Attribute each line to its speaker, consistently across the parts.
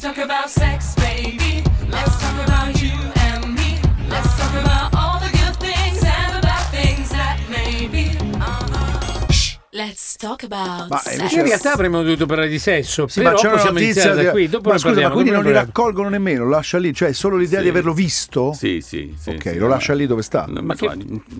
Speaker 1: talk about sex, baby. Let's talk about you and me. Let's talk about all the good things and the bad things that maybe. Uh-huh. Let's talk about
Speaker 2: Ma
Speaker 1: sex.
Speaker 2: invece-
Speaker 3: In realtà avremmo dovuto parlare di sesso,
Speaker 2: Sì,
Speaker 3: però
Speaker 2: ma c'è una
Speaker 3: possiamo
Speaker 2: notizia
Speaker 3: iniziare
Speaker 2: di-
Speaker 3: da qui. Dopo
Speaker 2: ma
Speaker 3: ne
Speaker 2: scusa, ma
Speaker 3: parliamo,
Speaker 2: quindi
Speaker 3: dopo
Speaker 2: non
Speaker 3: ne
Speaker 2: li
Speaker 3: parliamo.
Speaker 2: raccolgono nemmeno, lo lascia lì, cioè solo l'idea
Speaker 4: Sì.
Speaker 2: di averlo visto?
Speaker 4: Sì, sì, sì.
Speaker 2: Ok,
Speaker 4: sì,
Speaker 2: lo
Speaker 4: ma-
Speaker 2: lascia lì dove sta.
Speaker 4: No,
Speaker 2: E
Speaker 4: ma fa-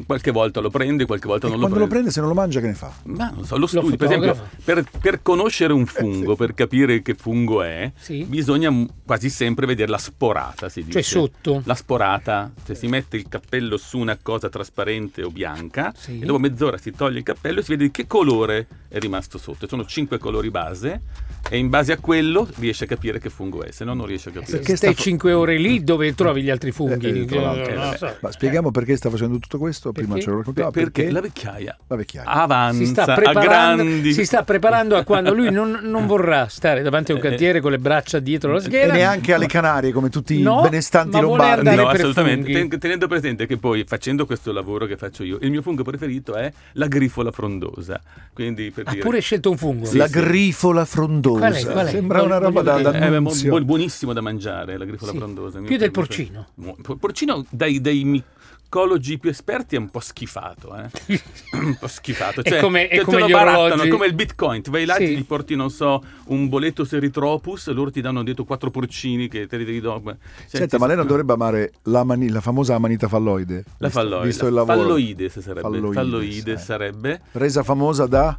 Speaker 4: qualche volta lo prendi, qualche volta non lo
Speaker 2: quando lo
Speaker 4: prendi.
Speaker 2: prende, se non lo mangia, che ne fa?
Speaker 4: Ma non so, lo studio, per
Speaker 3: fotografa.
Speaker 4: esempio, per, per conoscere
Speaker 2: Eh,
Speaker 4: un fungo, per capire che fungo è,
Speaker 3: Sì.
Speaker 4: bisogna m- quasi sempre vedere la sporata, si dice.
Speaker 3: Cioè sotto.
Speaker 4: La sporata, cioè si mette il cappello su una cosa trasparente o bianca
Speaker 3: Sì.
Speaker 4: e dopo mezz'ora si toglie il cappello e si vede di che colore è rimasto sotto. Sono cinque colori base e in base a quello riesce a capire che fungo è, se no non riesce a capire.
Speaker 2: Perché sta
Speaker 3: Stai
Speaker 2: fo-
Speaker 3: 5 ore lì dove trovi gli altri funghi.
Speaker 2: Eh, eh, tra l'altro.
Speaker 3: Non lo so.
Speaker 2: Ma spieghiamo perché sta facendo tutto questo? Prima
Speaker 3: Perché?
Speaker 2: ce lo raccontava.
Speaker 4: Perché, la vecchiaia
Speaker 2: La vecchiaia.
Speaker 4: avanza
Speaker 3: si sta,
Speaker 4: a
Speaker 3: preparando,
Speaker 4: grandi.
Speaker 3: si sta preparando a quando lui non, non vorrà stare davanti a un cantiere con le braccia dietro la
Speaker 2: Eh, E
Speaker 3: schiena.
Speaker 2: neanche alle Canarie, come tutti
Speaker 3: No,
Speaker 2: i benestanti
Speaker 3: ma vuole
Speaker 2: lombardi.
Speaker 3: andare-
Speaker 4: No,
Speaker 3: per
Speaker 4: assolutamente.
Speaker 3: funghi.
Speaker 4: Ten- Tenendo presente che poi facendo questo lavoro che faccio io, il mio fungo preferito è la grifola frondosa. Quindi per
Speaker 3: Ha
Speaker 4: dire-
Speaker 3: Ah,
Speaker 4: eh,
Speaker 3: pure scelto un fungo.
Speaker 4: Sì,
Speaker 2: La
Speaker 4: sì.
Speaker 2: grifola frondosa.
Speaker 3: Qual è? Qual è?
Speaker 2: Sembra una
Speaker 3: Voglio-
Speaker 2: roba da,
Speaker 3: voglio
Speaker 2: da
Speaker 3: vedere. Eh,
Speaker 4: è bu-
Speaker 2: annunzio.
Speaker 4: bu- buonissimo da mangiare la grifola
Speaker 3: Sì.
Speaker 4: frondosa.
Speaker 3: Più del porcino.
Speaker 4: Il porcino dai, dai micologi più esperti è un po' schifato. eh. un po' schifato.
Speaker 3: È
Speaker 4: Cioè,
Speaker 3: come- è
Speaker 4: te- te
Speaker 3: come
Speaker 4: lo
Speaker 3: gli
Speaker 4: barattano,
Speaker 3: orologi.
Speaker 4: è come il bitcoin. Tu vai là,
Speaker 3: Sì.
Speaker 4: ti gli porti, non so, un boletto seritropus, loro ti danno dentro quattro porcini che te li devi do- Cioè,
Speaker 2: Senta,
Speaker 4: ti-
Speaker 2: ma lei non dovrebbe amare la, mani- la famosa amanita falloide?
Speaker 4: La
Speaker 2: Visto-
Speaker 4: falloide.
Speaker 2: Visto il lavoro.
Speaker 4: Falloide se sarebbe.
Speaker 2: Falloides,
Speaker 4: Falloide,
Speaker 2: eh.
Speaker 4: sarebbe.
Speaker 2: Resa famosa da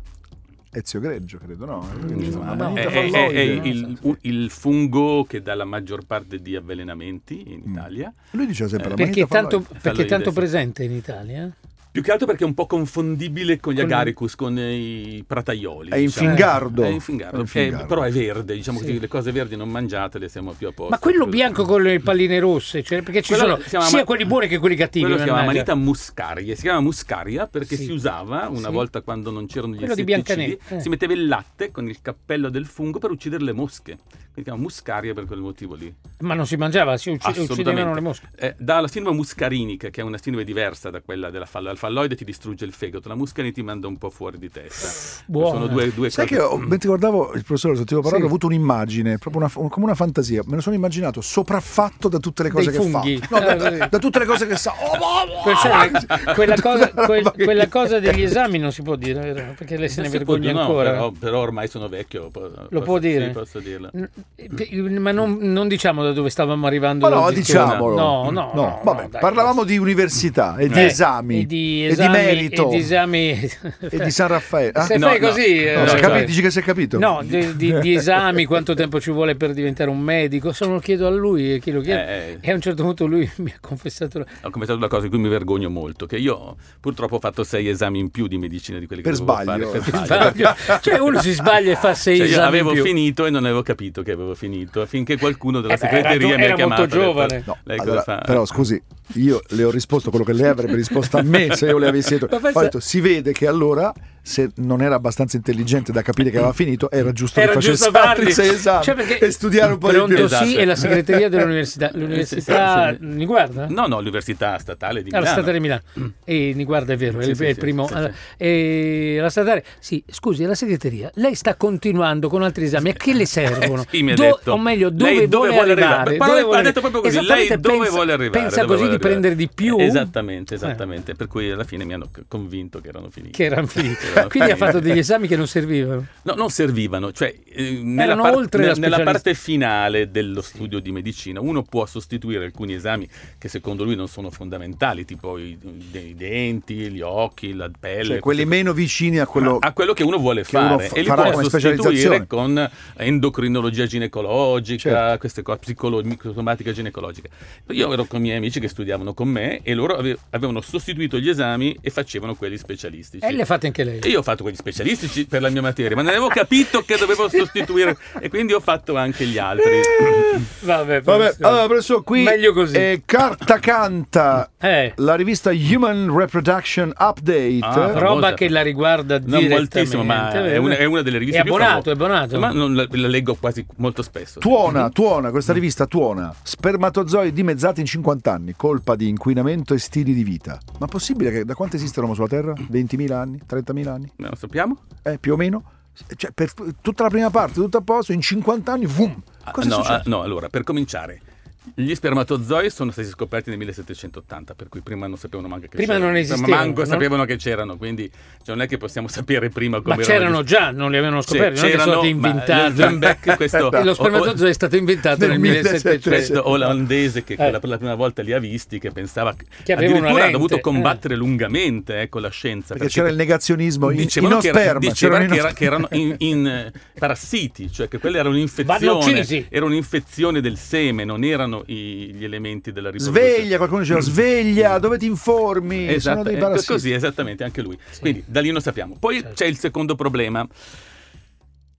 Speaker 2: Ezio Greggio, credo, no?
Speaker 3: Mm.
Speaker 2: Insomma,
Speaker 4: Ma
Speaker 3: Eh,
Speaker 2: amanita
Speaker 4: è, è-
Speaker 2: falloide,
Speaker 4: è
Speaker 2: no?
Speaker 4: il, u- il fungo che dà la maggior parte di avvelenamenti
Speaker 2: Mm.
Speaker 4: in Italia.
Speaker 2: Lui diceva sempre la
Speaker 3: perché,
Speaker 2: manita
Speaker 3: tanto,
Speaker 2: falloide.
Speaker 3: perché
Speaker 4: Falloide,
Speaker 3: tanto
Speaker 4: sì.
Speaker 3: presente in Italia? eh?
Speaker 4: Più che altro perché è un po' confondibile con gli
Speaker 3: Con-
Speaker 4: agaricus, con i prataioli.
Speaker 2: È in
Speaker 4: diciamo.
Speaker 2: fingardo.
Speaker 4: È in fingardo,
Speaker 2: È in
Speaker 4: eh,
Speaker 2: fingardo.
Speaker 4: però è verde, diciamo
Speaker 3: Sì.
Speaker 4: così, le cose verdi non mangiatele, siamo più a posto.
Speaker 3: Ma quello bianco con le palline rosse, cioè, perché ci
Speaker 4: Quello si
Speaker 3: sono
Speaker 4: chiama
Speaker 3: sia
Speaker 4: ma-
Speaker 3: quelli buoni che quelli cattivi.
Speaker 4: Quello si chiama
Speaker 3: mannaggia.
Speaker 4: manita muscaria, si chiama muscaria perché
Speaker 3: Sì.
Speaker 4: si usava una
Speaker 3: Sì.
Speaker 4: volta quando non c'erano gli
Speaker 3: Quello di
Speaker 4: insetticidi,
Speaker 3: Biancaneve, eh.
Speaker 4: si metteva il latte con il cappello del fungo per uccidere le mosche, quindi si chiama muscaria per quel motivo lì.
Speaker 3: Ma non si mangiava, si ucci- uccidevano le mosche.
Speaker 4: Eh, dalla sindrome muscarinica, che è una sindrome diversa da quella della falloide, il falloide ti distrugge il fegato, la muscarini ti manda un po' fuori di testa.
Speaker 3: Buona.
Speaker 4: Sono due, due
Speaker 2: Sai
Speaker 4: cose-
Speaker 2: che ho- mentre guardavo il professore lo sentivo parlare,
Speaker 3: Esatto. Sì.
Speaker 2: ho avuto un'immagine, proprio una, un- come una fantasia. Me lo sono immaginato sopraffatto da tutte le cose
Speaker 3: Dei
Speaker 2: che
Speaker 3: funghi.
Speaker 2: fa. No,
Speaker 3: Eh,
Speaker 2: da, da tutte le cose che sa. Oh, mamma!
Speaker 3: Quel-
Speaker 4: Ah,
Speaker 3: cioè, quella, cosa,
Speaker 2: Tutta la
Speaker 3: quel-
Speaker 2: roba che-
Speaker 3: quella cosa degli esami non si può dire, vero? perché lei se ne
Speaker 4: Non si può
Speaker 3: vergogna
Speaker 4: dire, no,
Speaker 3: ancora.
Speaker 4: però, però ormai sono vecchio. po- Lo
Speaker 3: può dire?
Speaker 4: Sì, posso dirlo.
Speaker 3: N- pe- Ma non, non diciamo da dove stavamo arrivando.
Speaker 2: Ma no,
Speaker 3: dal discorso.
Speaker 2: diciamolo.
Speaker 3: No, no, no,
Speaker 2: Vabbè,
Speaker 3: no, dai,
Speaker 2: parlavamo di università e di
Speaker 3: Eh,
Speaker 2: esami
Speaker 3: e di, esami,
Speaker 2: merito
Speaker 3: e di esami
Speaker 2: e di San Raffaele. Ah,
Speaker 3: Se
Speaker 4: No,
Speaker 3: fai
Speaker 4: no.
Speaker 3: così, eh,
Speaker 2: no,
Speaker 4: no,
Speaker 2: si è
Speaker 4: cioè-
Speaker 2: capi- dici che si è capito?
Speaker 3: no, di, di- di esami, quanto tempo ci vuole per diventare un medico? Se non lo chiedo a lui e chi lo chiede.
Speaker 4: Eh, eh.
Speaker 3: E a un certo punto lui mi ha confessato. la-
Speaker 4: Ho cominciato una cosa di cui mi vergogno molto, che io purtroppo ho fatto sei esami in più di medicina di quelli che
Speaker 2: Per
Speaker 4: dovevo
Speaker 2: sbaglio.
Speaker 4: fare.
Speaker 2: Per
Speaker 3: cioè, uno si sbaglia e fa sei
Speaker 4: Ah, Cioè, io
Speaker 3: esami. in
Speaker 4: avevo
Speaker 3: più.
Speaker 4: finito e non avevo capito che avevo finito, finché qualcuno della
Speaker 3: Eh beh, era
Speaker 4: segreteria
Speaker 3: tu-
Speaker 4: mi
Speaker 3: era
Speaker 4: ha chiamato.
Speaker 3: molto
Speaker 4: e ha detto,
Speaker 3: giovane.
Speaker 2: No,
Speaker 4: "Lei cosa
Speaker 2: allora,
Speaker 4: fa?"
Speaker 2: però scusi, io le ho risposto quello che lei avrebbe risposto a me se io le avessi detto.
Speaker 3: Ma pensa-
Speaker 2: Ho detto, si vede che allora se non era abbastanza intelligente da capire che aveva finito, era giusto
Speaker 3: Era
Speaker 2: che
Speaker 3: giusto
Speaker 2: facesse altri
Speaker 3: farli.
Speaker 2: sei esami
Speaker 3: Cioè, perché
Speaker 2: e studiare un po' di
Speaker 3: Pronto
Speaker 2: più.
Speaker 4: Esatto.
Speaker 3: sì e la segreteria dell'università. L'università
Speaker 4: Sì, sì, sì.
Speaker 3: mi guarda?
Speaker 4: No, no, l'università statale di
Speaker 3: Ah, la
Speaker 4: Milano. Mm.
Speaker 3: statale di Milano. E mi guarda, è vero, è
Speaker 4: Sì,
Speaker 3: il,
Speaker 4: sì,
Speaker 3: è il
Speaker 4: sì,
Speaker 3: primo.
Speaker 4: sì,
Speaker 3: Allora, e la statale. Sì, scusi, la segreteria. Lei sta continuando con altri esami. A che le servono?
Speaker 4: Eh, Sì, mi ha
Speaker 3: Do-
Speaker 4: detto.
Speaker 3: O meglio, dove,
Speaker 4: Lei dove vuole arrivare?
Speaker 3: arrivare?
Speaker 4: Ma
Speaker 3: Dove
Speaker 4: lei-
Speaker 3: vuole
Speaker 4: ha detto proprio così,
Speaker 3: Esattamente,
Speaker 4: lei dove
Speaker 3: pensa-
Speaker 4: vuole arrivare?
Speaker 3: Pensa
Speaker 4: Dove
Speaker 3: così
Speaker 4: vuole
Speaker 3: di
Speaker 4: arrivare?
Speaker 3: prendere di più?
Speaker 4: Esattamente,
Speaker 3: Eh,
Speaker 4: esattamente. Per cui alla fine mi hanno c- convinto che erano finiti.
Speaker 3: che erano finiti.
Speaker 4: Che erano
Speaker 3: Quindi ha
Speaker 4: finiti.
Speaker 3: fatto degli esami che non servivano.
Speaker 4: No, non servivano, cioè eh, nella,
Speaker 3: Erano
Speaker 4: par-
Speaker 3: oltre
Speaker 4: ne-
Speaker 3: la
Speaker 4: nella
Speaker 3: specialist-
Speaker 4: parte finale dello studio di medicina uno può sostituire alcuni esami che secondo lui non sono fondamentali, tipo i, dei denti, gli occhi, la pelle.
Speaker 2: Cioè, quelli
Speaker 4: queste
Speaker 2: meno vicini a quello...
Speaker 3: Ah,
Speaker 4: a quello che uno vuole
Speaker 2: che
Speaker 4: fare
Speaker 2: uno fa-
Speaker 4: e li
Speaker 2: farà
Speaker 4: può
Speaker 2: come
Speaker 4: sostituire
Speaker 2: specializzazione.
Speaker 4: con endocrinologia ginecologica,
Speaker 2: Certo.
Speaker 4: queste cose, psicolo- microsomatica ginecologica. Io ero con i miei amici che studiavano con me e loro ave- avevano sostituito gli esami e facevano quelli specialistici.
Speaker 3: E le ha fatte anche lei.
Speaker 4: E io ho fatto quegli specialistici per la mia materia, ma non avevo capito che dovevo sostituire e quindi ho fatto anche gli altri.
Speaker 3: Eh,
Speaker 2: Vabbè,
Speaker 3: Vabbè, professore.
Speaker 2: allora professor, qui
Speaker 3: Meglio così.
Speaker 2: è Carta Canta,
Speaker 3: Eh.
Speaker 2: la rivista Human Reproduction Update.
Speaker 4: Ah, fra-
Speaker 3: roba
Speaker 4: famosa.
Speaker 3: che la riguarda
Speaker 4: Non
Speaker 3: direttamente.
Speaker 4: moltissimo, ma è una, è una delle riviste
Speaker 3: È
Speaker 4: più
Speaker 3: abbonato, è
Speaker 4: famose.
Speaker 3: abbonato.
Speaker 4: Ma non la, la leggo quasi molto spesso.
Speaker 2: Tuona, tuona, questa
Speaker 4: Mm.
Speaker 2: rivista tuona. Spermatozoi dimezzati in 50 anni, colpa di inquinamento e stili di vita. Ma possibile che da quanto esiste l'uomo sulla Terra? 20.000 anni? 30.000 anni?
Speaker 4: Non lo sappiamo?
Speaker 2: Eh, più o meno? Cioè, per tutta la prima parte, tutto a posto, in 50 anni, vum, Cosa è
Speaker 4: no,
Speaker 2: successo?
Speaker 4: ah, no, allora, per cominciare, gli spermatozoi sono stati scoperti nel 1780, per cui prima non sapevano manco che
Speaker 3: Prima
Speaker 4: c'erano.
Speaker 3: non
Speaker 4: Insomma,
Speaker 3: esistevano,
Speaker 4: Manco
Speaker 3: no?
Speaker 4: sapevano che c'erano, quindi cioè, non è che possiamo sapere prima come
Speaker 3: Ma c'erano già, non li avevano scoperti, non è che sono stati
Speaker 4: ma
Speaker 3: inventati.
Speaker 4: Lembeck, questo-
Speaker 3: E lo spermatozoo è stato inventato nel
Speaker 2: Nel 1700.
Speaker 3: 1700.
Speaker 4: questo olandese che
Speaker 3: Eh.
Speaker 4: la, per la prima volta li ha visti, che pensava
Speaker 3: Che aveva una
Speaker 4: addirittura ha
Speaker 3: lente,
Speaker 4: dovuto
Speaker 3: eh.
Speaker 4: combattere lungamente eh, con la scienza
Speaker 2: Perché c'era il negazionismo in,
Speaker 4: dicevano
Speaker 2: in
Speaker 4: che, era-
Speaker 2: osperma,
Speaker 4: dicevano
Speaker 2: c'erano in
Speaker 4: che era-
Speaker 2: osperma.
Speaker 4: che erano in, in, eh, parassiti, cioè che quella era
Speaker 3: Vanno uccisi.
Speaker 4: un'infezione, era un'infezione del seme, non erano i- gli elementi della riproduzione.
Speaker 2: Sveglia, qualcuno diceva sveglia, dove ti informi? Sono
Speaker 4: Mm. Esatto,
Speaker 2: dei
Speaker 4: eh,
Speaker 2: parassiti.
Speaker 4: così esattamente anche lui. Quindi da lì lo sappiamo. Poi
Speaker 3: Certo.
Speaker 4: c'è il secondo problema.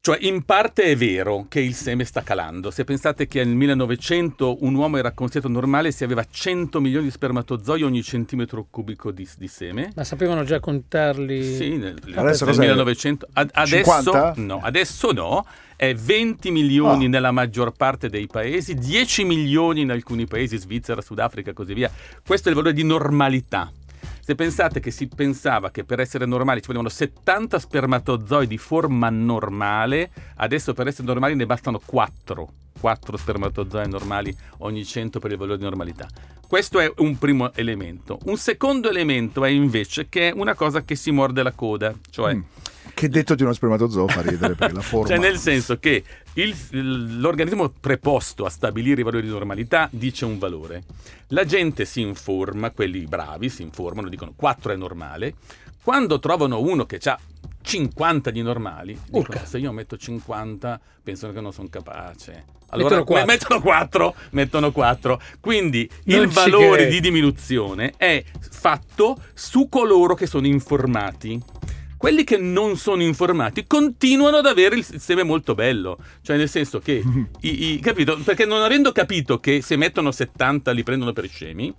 Speaker 4: Cioè, in parte è vero che il seme sta calando. Se pensate che nel 1900 un uomo era considerato normale se aveva 100 milioni di spermatozoi ogni centimetro cubico di, di seme.
Speaker 3: Ma sapevano già contarli.
Speaker 4: Sì, nel,
Speaker 2: Adesso
Speaker 4: nel
Speaker 2: cos'è?
Speaker 4: 1900. Ad- adesso,
Speaker 2: 50?
Speaker 4: no, adesso no, è 20 milioni
Speaker 2: Ah.
Speaker 4: nella maggior parte dei paesi, 10 milioni in alcuni paesi, Svizzera, Sudafrica e così via. Questo è il valore di normalità. Se pensate che si pensava che per essere normali ci volevano 70 spermatozoi di forma normale, adesso per essere normali ne bastano 4. 4 spermatozoi normali ogni 100 per il valore di normalità. Questo è un primo elemento. Un secondo elemento è invece che è una cosa che si morde la coda, cioè
Speaker 2: Mm. Che detto di uno spermatozoo fa ridere perché la forma.
Speaker 4: cioè, nel senso che il- l'organismo preposto a stabilire i valori di normalità dice un valore. La gente si informa, quelli bravi si informano, dicono 4 è normale. Quando trovano uno che ha 50 di normali, dicono,
Speaker 3: Urca.
Speaker 4: se io metto 50 pensano che non sono capace.
Speaker 3: Mettono quattro.
Speaker 4: me- mettono 4, mettono 4. Quindi
Speaker 3: Non
Speaker 4: il
Speaker 3: ci
Speaker 4: valore
Speaker 3: credo.
Speaker 4: di diminuzione è fatto su coloro che sono informati quelli che non sono informati continuano ad avere il seme molto bello. Cioè, nel senso che, i- i- capito? Perché non avendo capito che se mettono 70 li prendono per scemi,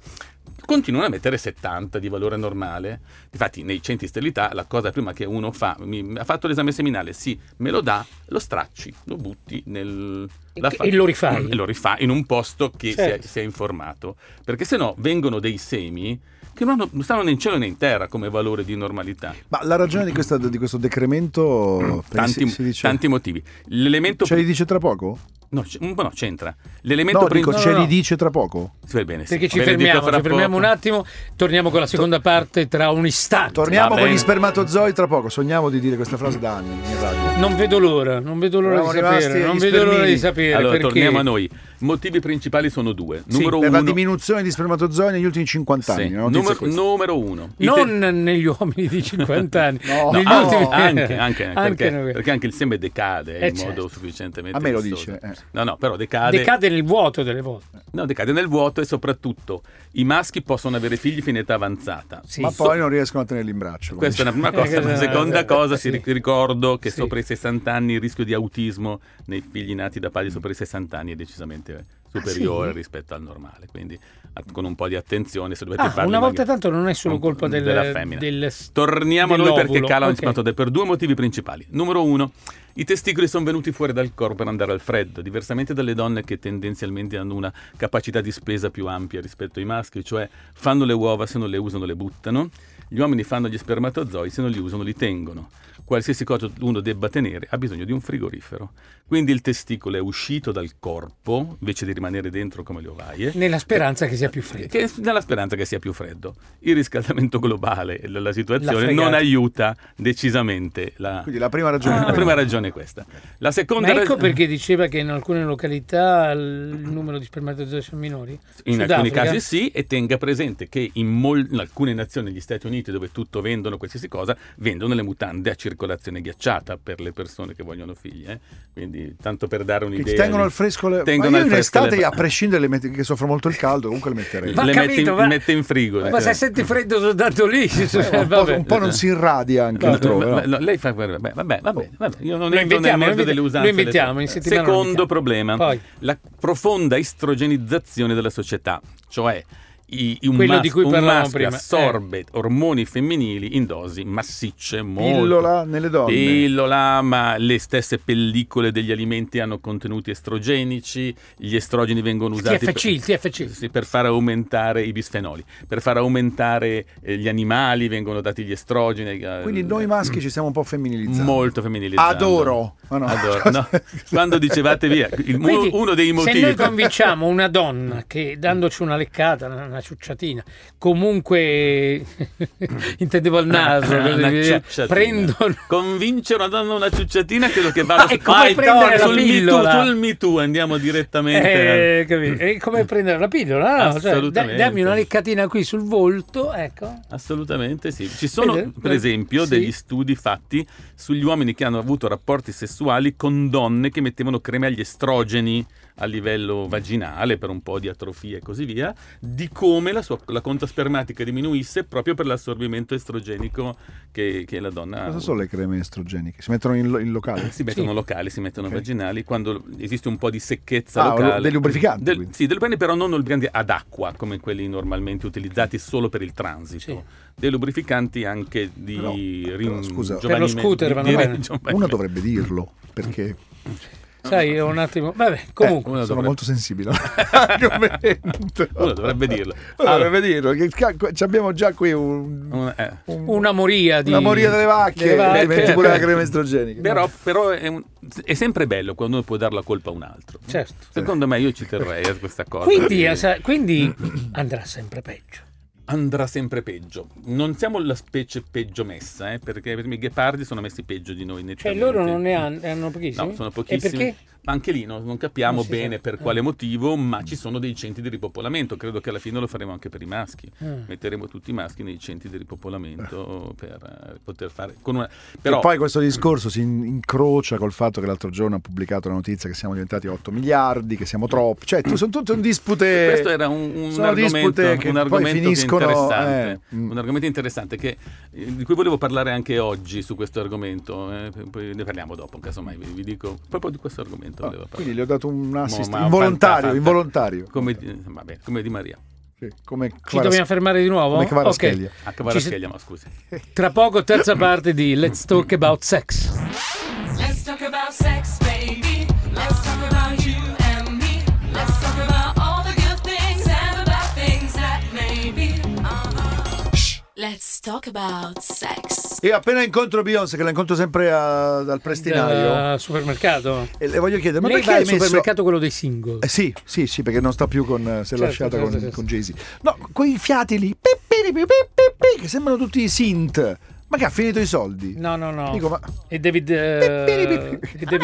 Speaker 4: continuano a mettere 70 di valore normale. Infatti, nei centri sterilità, la cosa prima che uno fa, mi, mi ha fatto l'esame seminale, sì, me lo dà, lo stracci, lo butti nel.
Speaker 3: E-
Speaker 4: la
Speaker 3: e lo rifai.
Speaker 4: E lo rifà in un posto che si è-
Speaker 3: Certo.
Speaker 4: si è informato. Perché se no vengono dei semi che non hanno- non stanno né in cielo né in terra come valore di normalità.
Speaker 2: Ma la ragione di, questa- di questo decremento perché
Speaker 4: Mm. Tanti,
Speaker 2: si, si dice...
Speaker 4: tanti motivi. L'elemento.
Speaker 2: Ce li dice tra poco?
Speaker 4: No, c- un po' no, c'entra. L'elemento
Speaker 2: No, dico,
Speaker 4: principale.
Speaker 2: ce
Speaker 3: no, no.
Speaker 2: li dice tra poco?
Speaker 4: bene, sì.
Speaker 3: Perché ci
Speaker 4: Ve lo dico
Speaker 3: fermiamo,
Speaker 4: fra
Speaker 3: ci fermiamo
Speaker 4: poco.
Speaker 3: un attimo, torniamo con la seconda parte tra un istante.
Speaker 2: Torniamo
Speaker 4: Va
Speaker 2: con
Speaker 4: bene.
Speaker 2: gli spermatozoi tra poco. Sogniamo di dire questa frase da anni in radio.
Speaker 3: Non vedo l'ora, non vedo l'ora
Speaker 2: Eravamo
Speaker 3: di sapere,
Speaker 2: rimasti
Speaker 3: non
Speaker 2: agli
Speaker 3: vedo l'ora di
Speaker 2: spermini.
Speaker 3: sapere
Speaker 4: Allora,
Speaker 3: perché
Speaker 4: torniamo a noi. Motivi principali sono due. Numero
Speaker 2: Per la
Speaker 4: uno.
Speaker 2: diminuzione di spermatozoi negli ultimi 50
Speaker 4: sì,
Speaker 2: anni. una notizia
Speaker 4: numero,
Speaker 2: questa.
Speaker 4: numero uno. I te- ah,
Speaker 3: non negli uomini di 50 anni,
Speaker 2: No,
Speaker 3: negli
Speaker 2: no,
Speaker 3: ultimi-
Speaker 4: anche, anche, perché,
Speaker 3: noi.
Speaker 4: perché anche il seme decade
Speaker 3: Eh,
Speaker 4: in
Speaker 3: certo.
Speaker 4: modo sufficientemente
Speaker 2: A me lo
Speaker 4: vistoso.
Speaker 2: dice, eh.
Speaker 4: no no però decade,
Speaker 3: decade nel vuoto delle volte.
Speaker 4: no, decade nel vuoto e soprattutto i maschi possono avere figli fino a età avanzata
Speaker 3: Sì.
Speaker 2: Ma
Speaker 3: So-
Speaker 2: poi non riescono a tenerli in braccio. come
Speaker 4: Questa è la prima
Speaker 3: Eh,
Speaker 4: cosa. La
Speaker 3: esatto.
Speaker 4: seconda cosa, si
Speaker 3: Sì.
Speaker 4: ric- ricordo che
Speaker 3: Sì.
Speaker 4: sopra i 60 anni il rischio di autismo nei figli nati da padri sopra i 60 anni è decisamente superiore
Speaker 3: Ah, sì?
Speaker 4: rispetto al normale. Quindi a- con un po' di attenzione se dovete
Speaker 3: Ah,
Speaker 4: farli
Speaker 3: una volta
Speaker 4: magari-
Speaker 3: tanto non è solo
Speaker 4: un-
Speaker 3: colpa del-
Speaker 4: della femmina.
Speaker 3: del-
Speaker 4: Torniamo a noi
Speaker 3: dell'ovulo.
Speaker 4: perché cala ogni
Speaker 3: Ok.
Speaker 4: spermatozoo per due motivi principali. Numero uno, i testicoli sono venuti fuori dal corpo per andare al freddo, diversamente dalle donne che tendenzialmente hanno una capacità di spesa più ampia rispetto ai maschi, cioè fanno le uova, se non le usano le buttano, gli uomini fanno gli spermatozoi, se non li usano li tengono. Qualsiasi cosa uno debba tenere ha bisogno di un frigorifero. Quindi il testicolo è uscito dal corpo invece di rimanere dentro come le ovaie.
Speaker 3: Nella speranza che sia più freddo.
Speaker 4: Che nella speranza che sia più freddo. Il riscaldamento globale, la, la
Speaker 3: La
Speaker 4: situazione,
Speaker 3: fregata.
Speaker 4: non aiuta decisamente la,
Speaker 2: Quindi la prima ragione.
Speaker 3: Ah,
Speaker 2: è
Speaker 4: la
Speaker 2: quella.
Speaker 4: prima ragione è questa. La seconda
Speaker 3: Ma ecco
Speaker 4: ragione-
Speaker 3: perché diceva che in alcune località il numero di spermatozoi sono minori.
Speaker 4: In alcuni
Speaker 3: Sudafrica?
Speaker 4: casi sì, e tenga presente che in, mol- in alcune nazioni, negli Stati Uniti, dove tutto vendono qualsiasi cosa, vendono le mutande a circolazione ghiacciata per le persone che vogliono figli. eh. Quindi, tanto per dare
Speaker 2: Che
Speaker 4: un'idea.
Speaker 2: ti tengono
Speaker 4: di-
Speaker 2: al fresco le...
Speaker 4: Tengono
Speaker 2: Ma io
Speaker 4: al
Speaker 2: in
Speaker 4: fresco le-
Speaker 2: estate, a prescindere, le metti- che soffro molto il caldo, comunque le metterei.
Speaker 3: Va
Speaker 4: le
Speaker 3: capito,
Speaker 4: mette in,
Speaker 3: va-
Speaker 4: mette in frigo.
Speaker 3: Ma se
Speaker 4: cioè.
Speaker 3: senti freddo soltanto lì, cioè,
Speaker 2: Eh, un, po',
Speaker 3: vabbè.
Speaker 2: un po' non si irradia anche
Speaker 4: No,
Speaker 2: altrove.
Speaker 4: ma-
Speaker 2: no?
Speaker 4: ma- no, lei fa vabbè, vabbè, vabbè, vabbè, io non
Speaker 3: Lo
Speaker 4: entro nel
Speaker 3: inventiamo,
Speaker 4: merito
Speaker 3: lo
Speaker 4: delle
Speaker 3: inventiamo,
Speaker 4: usanze.
Speaker 3: lo inventiamo,
Speaker 4: le-
Speaker 3: in settimana lo
Speaker 4: Secondo
Speaker 3: inventiamo.
Speaker 4: problema,
Speaker 3: Poi.
Speaker 4: la profonda estrogenizzazione della società, cioè i- un,
Speaker 3: Quello
Speaker 4: mas-
Speaker 3: di cui
Speaker 4: un
Speaker 3: parlavamo
Speaker 4: maschio
Speaker 3: prima, eh.
Speaker 4: assorbe ormoni femminili in dosi massicce, molto
Speaker 2: Pillola nelle donne.
Speaker 4: Pillola, ma le stesse pellicole degli alimenti hanno contenuti estrogenici, gli estrogeni vengono usati
Speaker 3: TFC, il TFC.
Speaker 4: sì, per far aumentare i bisfenoli, per far aumentare eh, gli animali vengono dati gli estrogeni. eh,
Speaker 2: Quindi noi maschi ci stiamo un po' femminilizzando.
Speaker 4: molto femminilizzati.
Speaker 2: Adoro. Ma no.
Speaker 4: Adoro, no. Quando dicevate via, il mu-
Speaker 3: Quindi,
Speaker 4: uno dei motivi
Speaker 3: Se noi convinciamo una donna che dandoci una leccata, una, una ciucciatina, comunque intendevo il naso,
Speaker 4: Una
Speaker 3: così via,
Speaker 4: ciucciatina.
Speaker 3: prendono Ah,
Speaker 4: Convince una donna una ciucciatina credo che vada
Speaker 3: È come
Speaker 4: Vai,
Speaker 3: prendere
Speaker 4: torna,
Speaker 3: la
Speaker 4: sul Me Too,
Speaker 3: pillola.
Speaker 4: sul Me Too andiamo direttamente.
Speaker 3: Eh, capito? È come prendere la pillola, no? Cioè, da-
Speaker 4: Assolutamente.
Speaker 3: dammi una leccatina qui sul volto, ecco.
Speaker 4: Assolutamente sì. Ci sono,
Speaker 3: Vede?
Speaker 4: per esempio,
Speaker 3: Sì.
Speaker 4: degli studi fatti sugli uomini che hanno avuto rapporti sessuali con donne che mettevano creme agli estrogeni a livello vaginale per un po' di atrofia e così via, di come la, sua, la conta spermatica diminuisse proprio per l'assorbimento estrogenico che, che la donna ha.
Speaker 2: Cosa
Speaker 4: avuto.
Speaker 2: sono le creme estrogeniche? Si mettono in, lo- in locale?
Speaker 4: Si mettono
Speaker 3: Sì.
Speaker 4: locali, si mettono
Speaker 2: Ok.
Speaker 4: vaginali quando esiste un po' di secchezza
Speaker 2: Ah,
Speaker 4: locale.
Speaker 2: del lubrificante,
Speaker 4: Del-
Speaker 2: quindi.
Speaker 4: sì, del lubrificante, però non lubrificanti ad acqua come quelli normalmente utilizzati solo per il transito.
Speaker 3: Sì.
Speaker 4: Dei lubrificanti anche di
Speaker 2: Però- però,
Speaker 4: rin-
Speaker 2: scusa, Per
Speaker 3: lo
Speaker 4: giovanime-
Speaker 3: scooter
Speaker 4: di-
Speaker 3: vanno
Speaker 4: di-
Speaker 3: bene.
Speaker 4: giovanime.
Speaker 2: Uno dovrebbe dirlo perché eh,
Speaker 3: Sai, io un attimo. Vabbè, comunque.
Speaker 4: Mm. Uno
Speaker 2: sono
Speaker 4: dovrebbe-
Speaker 2: molto sensibile all'argomento.
Speaker 4: Uno dovrebbe dirlo.
Speaker 2: Uno
Speaker 4: Allora-
Speaker 2: dovrebbe dirlo. che ca- ci abbiamo già qui un,
Speaker 4: Un- eh.
Speaker 2: un-
Speaker 3: una moria di.
Speaker 2: una moria delle vacche.
Speaker 3: delle vacche.
Speaker 2: Ti metti pure la crema estrogenica.
Speaker 4: Però, però è, un- è sempre bello quando uno può dare la colpa a un altro.
Speaker 3: Certo.
Speaker 4: Secondo me io ci terrei a questa cosa.
Speaker 3: Quindi,
Speaker 4: Sì.
Speaker 3: eh, sa- quindi andrà sempre peggio.
Speaker 4: andrà sempre peggio. Non siamo la specie peggio messa, eh, perché i ghepardi sono messi peggio di noi.
Speaker 3: Cioè,
Speaker 4: nettamente.
Speaker 3: loro non ne hanno, ne hanno pochissimi.
Speaker 4: No, sono
Speaker 3: E
Speaker 4: pochissimi.
Speaker 3: perché?
Speaker 4: Ma anche lì no, non capiamo
Speaker 3: Non si
Speaker 4: bene
Speaker 3: sa.
Speaker 4: per
Speaker 3: Eh.
Speaker 4: quale motivo, ma ci sono dei centri di ripopolamento. Credo che alla fine lo faremo anche per i maschi.
Speaker 3: Ah.
Speaker 4: Metteremo tutti i maschi nei centri di ripopolamento per eh, poter fare. Con una...
Speaker 2: E
Speaker 4: Però
Speaker 2: poi questo discorso si in- incrocia col fatto che l'altro giorno ha pubblicato la notizia che siamo diventati 8 miliardi, che siamo troppi. Cioè, tu- sono tutte un dispute.
Speaker 4: questo era un, un
Speaker 2: sono
Speaker 4: argomento,
Speaker 2: dispute che
Speaker 4: un
Speaker 2: poi
Speaker 4: argomento che è
Speaker 2: finiscono,
Speaker 4: interessante.
Speaker 2: eh, mm.
Speaker 4: Un argomento interessante che, eh, di cui volevo parlare anche oggi su questo argomento. eh, poi ne parliamo dopo, casomai vi, vi dico proprio di questo argomento.
Speaker 2: Ah,
Speaker 4: volevo parlare.
Speaker 2: quindi gli ho dato un assist
Speaker 4: Ma- ma
Speaker 2: involontario,
Speaker 4: fanta-
Speaker 2: involontario.
Speaker 4: Come, di- va bene, come di Maria.
Speaker 2: Sì, come
Speaker 3: Ci dobbiamo fermare di nuovo?
Speaker 2: come
Speaker 3: Ok. Ah,
Speaker 2: Kvaratskhelia.
Speaker 4: A
Speaker 3: Ci si- Eh,
Speaker 4: Cavarascheglia, ma scusi.
Speaker 3: Tra poco, terza parte di Let's Talk About Sex.
Speaker 1: Let's talk about sex, baby. Let's talk about you and me. Let's talk about all the good things and the bad things that may be. Uh-huh. Shh. Let's talk about sex.
Speaker 2: E appena incontro Beyoncé, che la incontro sempre a- al prestinaio,
Speaker 3: Al supermercato.
Speaker 2: e le voglio chiedere: ma
Speaker 3: Lei
Speaker 2: perché
Speaker 3: va al
Speaker 2: hai messo.
Speaker 3: supermercato quello dei single.
Speaker 2: Eh, sì, sì, sì, perché non sta più con. eh, Si è
Speaker 3: Certo,
Speaker 2: lasciata
Speaker 3: certo,
Speaker 2: con,
Speaker 3: certo.
Speaker 2: con Jay-Z. No, quei fiati lì, pi, pi, pi, pi, pi, che sembrano tutti i synth. Ma che ha finito i soldi?
Speaker 3: No, no, no.
Speaker 2: Dico, ma.
Speaker 3: E David. eh, e David
Speaker 5: Non è Ah,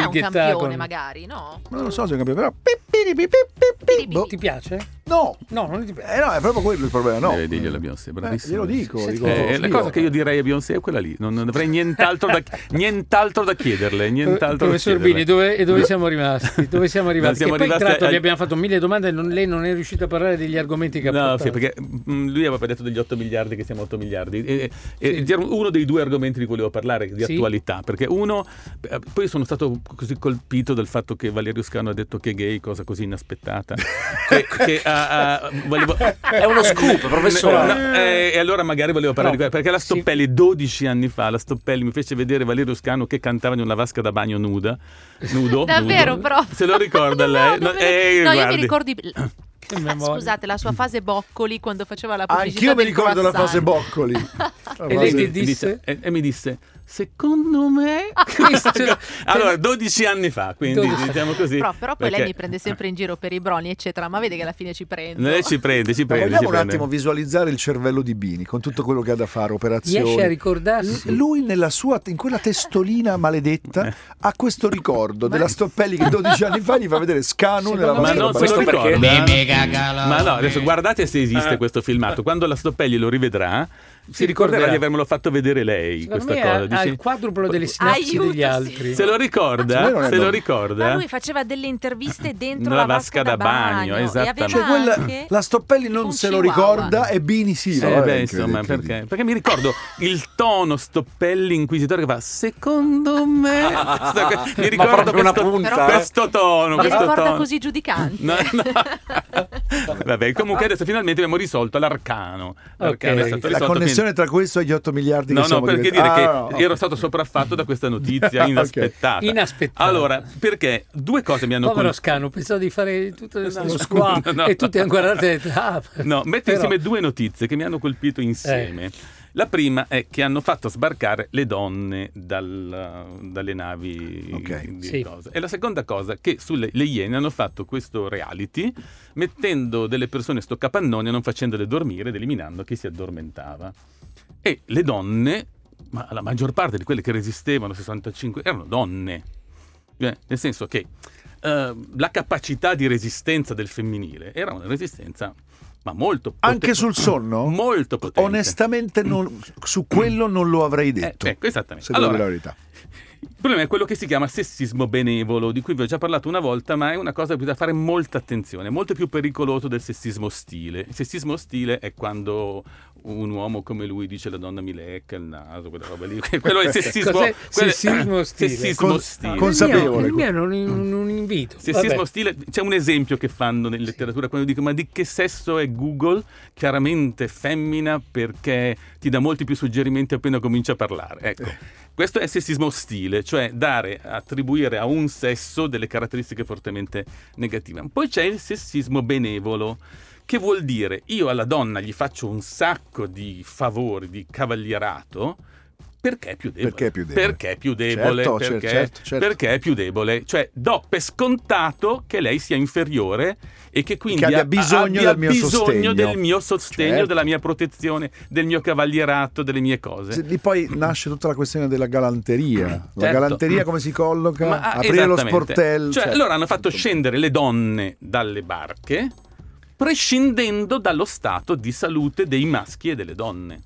Speaker 5: un
Speaker 3: Guetta.
Speaker 5: campione,
Speaker 3: con-
Speaker 5: magari, no?
Speaker 2: ma non lo so se ho capito, però. pi, pi, pi, pi, pi, pi. Boh.
Speaker 3: Ti piace?
Speaker 2: No,
Speaker 3: No, non ti piace.
Speaker 2: eh, no, è proprio quello il problema, no?
Speaker 4: Eh, diglielo a Beyoncé, bravissimo.
Speaker 2: glielo dico.
Speaker 3: Sì,
Speaker 2: dico
Speaker 4: Eh, la
Speaker 2: oddio.
Speaker 4: cosa che io direi a Beyoncé è quella lì, non, non avrei nient'altro da, nient'altro da chiederle. Eh, Nient'altro da
Speaker 3: Eh, Professor
Speaker 4: chiederle.
Speaker 3: Bini, dove, e dove siamo rimasti? Dove siamo arrivati?
Speaker 4: No, siamo
Speaker 3: che poi,
Speaker 4: arrivati
Speaker 3: tra l'altro,
Speaker 4: ai-
Speaker 3: gli abbiamo fatto mille domande e non- lei non è riuscita a parlare degli argomenti che ha
Speaker 4: No,
Speaker 3: portato.
Speaker 4: sì, perché mm, lui aveva detto degli 8 miliardi che siamo 8 miliardi. E, e- ed era uno dei due argomenti di cui volevo parlare, di
Speaker 3: Sì.
Speaker 4: attualità. Perché uno, eh, poi sono stato così colpito dal fatto che Valerio Scano ha detto che è gay, cosa così inaspettata. che, che ha- ha- volevo-
Speaker 6: È uno scoop, professore.
Speaker 4: No, eh, e allora magari volevo parlare di
Speaker 3: No,
Speaker 4: quello, perché la
Speaker 3: sì.
Speaker 4: Stoppelli 12 anni fa, la Stoppelli mi fece vedere Valerio Scano che cantava in una vasca da bagno nuda. Nudo.
Speaker 5: Davvero,
Speaker 4: nudo.
Speaker 5: però.
Speaker 4: Se lo ricorda
Speaker 5: No,
Speaker 4: lei?
Speaker 5: non me lo-
Speaker 4: eh,
Speaker 5: no, io mi
Speaker 4: guardi.
Speaker 5: ricordo
Speaker 3: Che memoria.
Speaker 5: Scusate, la sua fase boccoli quando faceva la pubblicità
Speaker 2: Mm. Anch'io mi
Speaker 5: del
Speaker 2: ricordo la
Speaker 5: croissant.
Speaker 2: fase boccoli.
Speaker 3: E lei che
Speaker 4: E dice-
Speaker 3: disse?
Speaker 4: e, e mi disse, secondo me... allora, 12 anni fa, quindi
Speaker 3: 12.
Speaker 4: diciamo così.
Speaker 5: Ah, Però, però poi
Speaker 4: perché-
Speaker 5: lei mi prende sempre in giro per i broni, eccetera, ma vede che alla fine ci prendo.
Speaker 4: Lei Eh, ci prende, ci
Speaker 2: Ma
Speaker 4: prende.
Speaker 2: vogliamo
Speaker 4: ci
Speaker 2: un
Speaker 4: prende.
Speaker 2: attimo visualizzare il cervello di Bini con tutto quello che ha da fare, operazioni.
Speaker 3: Riesce a ricordarsi?
Speaker 2: L- Lui nella sua, in quella testolina
Speaker 4: Eh.
Speaker 2: maledetta ha questo ricordo della Stoppelli che 12 anni fa gli fa vedere Scanu
Speaker 3: Secondo
Speaker 2: nella
Speaker 3: me-
Speaker 4: Ma
Speaker 2: vasca
Speaker 4: non
Speaker 2: da
Speaker 4: se
Speaker 2: bagno.
Speaker 4: lo
Speaker 6: Questo perché?
Speaker 4: ricorda.
Speaker 6: Meme
Speaker 4: Ma no, adesso guardate se esiste questo filmato. Quando la Stoppelli lo rivedrà, si ricorderà
Speaker 3: ricorderà.
Speaker 4: di avermelo fatto vedere lei
Speaker 3: Secondo me
Speaker 4: questa
Speaker 3: ha,
Speaker 4: cosa.
Speaker 3: ha
Speaker 4: Dice-
Speaker 3: il quadruplo delle sinapsi
Speaker 5: Aiuto,
Speaker 3: degli
Speaker 5: sì.
Speaker 3: altri.
Speaker 4: Se lo
Speaker 2: Secondo me non
Speaker 4: ricorda,
Speaker 2: è
Speaker 4: se lo
Speaker 2: bello.
Speaker 5: Ma
Speaker 4: ricorda.
Speaker 5: lui faceva delle interviste dentro
Speaker 4: Nella
Speaker 5: la vasca, da bagno,
Speaker 4: esattamente.
Speaker 5: E
Speaker 2: Cioè,
Speaker 5: aveva
Speaker 2: quella-
Speaker 5: anche
Speaker 2: la Stoppelli non
Speaker 5: un
Speaker 2: se lo
Speaker 5: chihuahua.
Speaker 2: ricorda e Bini sì.
Speaker 4: Eh,
Speaker 2: vabbè,
Speaker 4: beh,
Speaker 2: incredibile,
Speaker 4: insomma,
Speaker 2: incredibile.
Speaker 4: perché, perché mi ricordo il tono Stoppelli inquisitore che fa secondo me mi ricordo
Speaker 6: proprio una
Speaker 4: questo,
Speaker 6: punta,
Speaker 4: questo tono
Speaker 5: Mi
Speaker 4: questo
Speaker 5: ricorda
Speaker 4: tono
Speaker 5: così giudicante.
Speaker 4: No, no. Vabbè, comunque adesso finalmente abbiamo risolto l'arcano.
Speaker 3: Ok.
Speaker 4: L'arcano è stato
Speaker 2: La
Speaker 4: risolto,
Speaker 2: connessione tra questo e gli 8 miliardi
Speaker 4: quindi- No,
Speaker 2: che
Speaker 4: no,
Speaker 2: siamo
Speaker 4: perché dire
Speaker 2: diventati-
Speaker 4: che
Speaker 2: Ah, no, no.
Speaker 4: ero stato sopraffatto da questa notizia
Speaker 2: Ok.
Speaker 4: inaspettata.
Speaker 3: Inaspettata.
Speaker 4: Allora, perché due cose mi hanno
Speaker 3: Povero
Speaker 4: con-
Speaker 3: Scano, pensavo di fare tutto il
Speaker 4: Uno
Speaker 3: squa
Speaker 4: scu- no.
Speaker 3: e tutti hanno guardato e detto, ah,
Speaker 4: No, metto
Speaker 3: però- Eh.
Speaker 4: insieme due notizie che mi hanno colpito insieme. La prima è che hanno fatto sbarcare le donne dal- dalle navi.
Speaker 2: Ok.
Speaker 4: di
Speaker 3: Sì.
Speaker 4: cosa. E la seconda cosa è che sulle le Iene hanno fatto questo reality mettendo delle persone sto capannone, non facendole dormire ed eliminando chi si addormentava. E le donne, ma la maggior parte di quelle che resistevano, 65, erano donne. Cioè, nel senso che eh, la capacità di resistenza del femminile era una resistenza, ma molto potente.
Speaker 2: Anche sul sonno?
Speaker 4: Molto potente.
Speaker 2: Onestamente non- su quello non lo avrei detto.
Speaker 4: Eh, ecco,
Speaker 2: Se
Speaker 4: esattamente.
Speaker 2: devo dire
Speaker 4: Allora, eh.
Speaker 2: la verità.
Speaker 4: Il problema è quello che si chiama sessismo benevolo, di cui vi ho già parlato una volta, ma è una cosa che bisogna fare molta attenzione, è molto più pericoloso del sessismo ostile. Il sessismo ostile è quando un uomo come lui dice la donna mi lecca il naso, quella roba lì. Quello è sessismo,
Speaker 3: Cos'è
Speaker 4: quello è-
Speaker 3: sessismo ostile?
Speaker 4: Sessismo
Speaker 2: Con-
Speaker 4: ostile.
Speaker 3: Il mio-
Speaker 2: consapevole.
Speaker 3: Il mio, non un, un invito.
Speaker 4: Sessismo
Speaker 3: Vabbè.
Speaker 4: ostile, c'è un esempio che fanno in letteratura quando dicono ma di che sesso è Google? Chiaramente femmina perché ti dà molti più suggerimenti appena comincia a parlare. Ecco, questo è sessismo ostile, cioè dare, attribuire a un sesso delle caratteristiche fortemente negative. Poi c'è il sessismo benevolo. Che vuol dire io alla donna gli faccio un sacco di favori, di cavalierato, perché è più debole.
Speaker 2: Perché è più debole.
Speaker 4: Perché è più debole,
Speaker 2: Certo, cer-
Speaker 4: perché,
Speaker 2: certo, certo.
Speaker 4: perché è più debole. Cioè, do per scontato che lei sia inferiore e che quindi
Speaker 2: Che abbia
Speaker 4: a-
Speaker 2: bisogno
Speaker 4: abbia
Speaker 2: del mio
Speaker 4: bisogno
Speaker 2: sostegno.
Speaker 4: del mio sostegno,
Speaker 2: Certo.
Speaker 4: della mia protezione, del mio cavalierato, delle mie cose.
Speaker 2: Se- Lì poi nasce tutta la questione della galanteria. La
Speaker 4: Certo.
Speaker 2: galanteria come si colloca?
Speaker 4: Ma- ah,
Speaker 2: Aprire lo
Speaker 4: esattamente.
Speaker 2: sportello.
Speaker 4: Cioè,
Speaker 2: cioè-
Speaker 4: allora hanno fatto scendere le donne dalle barche prescindendo dallo stato di salute dei maschi e delle donne,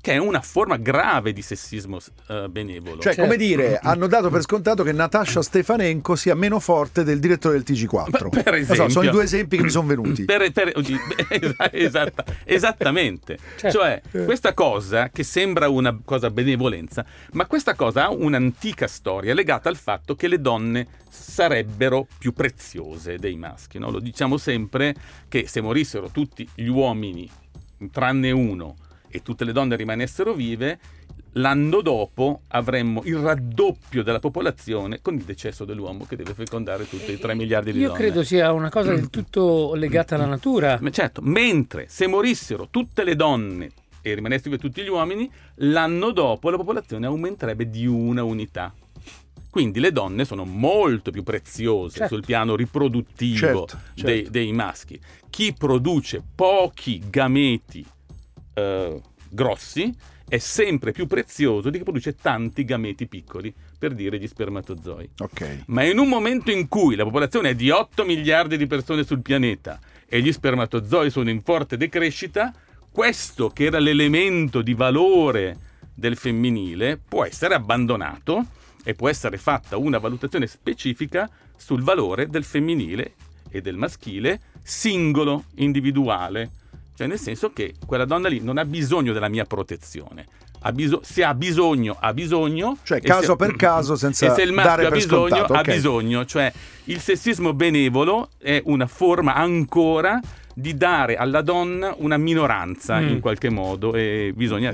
Speaker 4: che è una forma grave di sessismo eh, benevolo.
Speaker 2: Cioè, come dire, hanno dato per scontato che Natascia Stefanenko sia meno forte del direttore del TG4.
Speaker 4: Per- per
Speaker 2: Non so, Eh, sono
Speaker 4: esempio.
Speaker 2: i due esempi che mi sono venuti.
Speaker 4: Per- per- oggi- esa- esatta- esattamente.
Speaker 3: Certo.
Speaker 2: Eh.
Speaker 4: Cioè, questa cosa che sembra una cosa benevolenza, ma questa cosa ha un'antica storia legata al fatto che le donne sarebbero più preziose dei maschi. no? Lo diciamo sempre che se morissero tutti gli uomini, tranne uno, e tutte le donne rimanessero vive, l'anno dopo avremmo il raddoppio della popolazione con il decesso dell'uomo che deve fecondare tutti i 3 miliardi di
Speaker 3: Io
Speaker 4: donne.
Speaker 3: credo sia una cosa del tutto legata alla natura.
Speaker 4: Ma certo, mentre se morissero tutte le donne e rimanessero vivi tutti gli uomini, l'anno dopo la popolazione aumenterebbe di una unità. Quindi le donne sono molto più preziose
Speaker 3: Certo.
Speaker 4: sul piano riproduttivo
Speaker 2: Certo, certo.
Speaker 4: Dei, dei maschi. Chi produce pochi gameti eh, grossi è sempre più prezioso di chi produce tanti gameti piccoli, per dire gli spermatozoi.
Speaker 2: Ok.
Speaker 4: Ma in un momento in cui la popolazione è di 8 miliardi di persone sul pianeta e gli spermatozoi sono in forte decrescita, questo che era l'elemento di valore del femminile può essere abbandonato e può essere fatta una valutazione specifica sul valore del femminile e del maschile singolo, individuale. Cioè nel senso che quella donna lì non ha bisogno della mia protezione. Ha biso- se ha bisogno, ha bisogno.
Speaker 2: Cioè,
Speaker 4: E se-
Speaker 2: caso per caso, senza
Speaker 4: E se il maschio
Speaker 2: dare
Speaker 4: ha
Speaker 2: per
Speaker 4: bisogno,
Speaker 2: scontato,
Speaker 4: ha
Speaker 2: ok.
Speaker 4: bisogno. Cioè, il sessismo benevolo è una forma ancora di dare alla donna una minoranza
Speaker 3: Mm.
Speaker 4: in qualche modo e bisogna...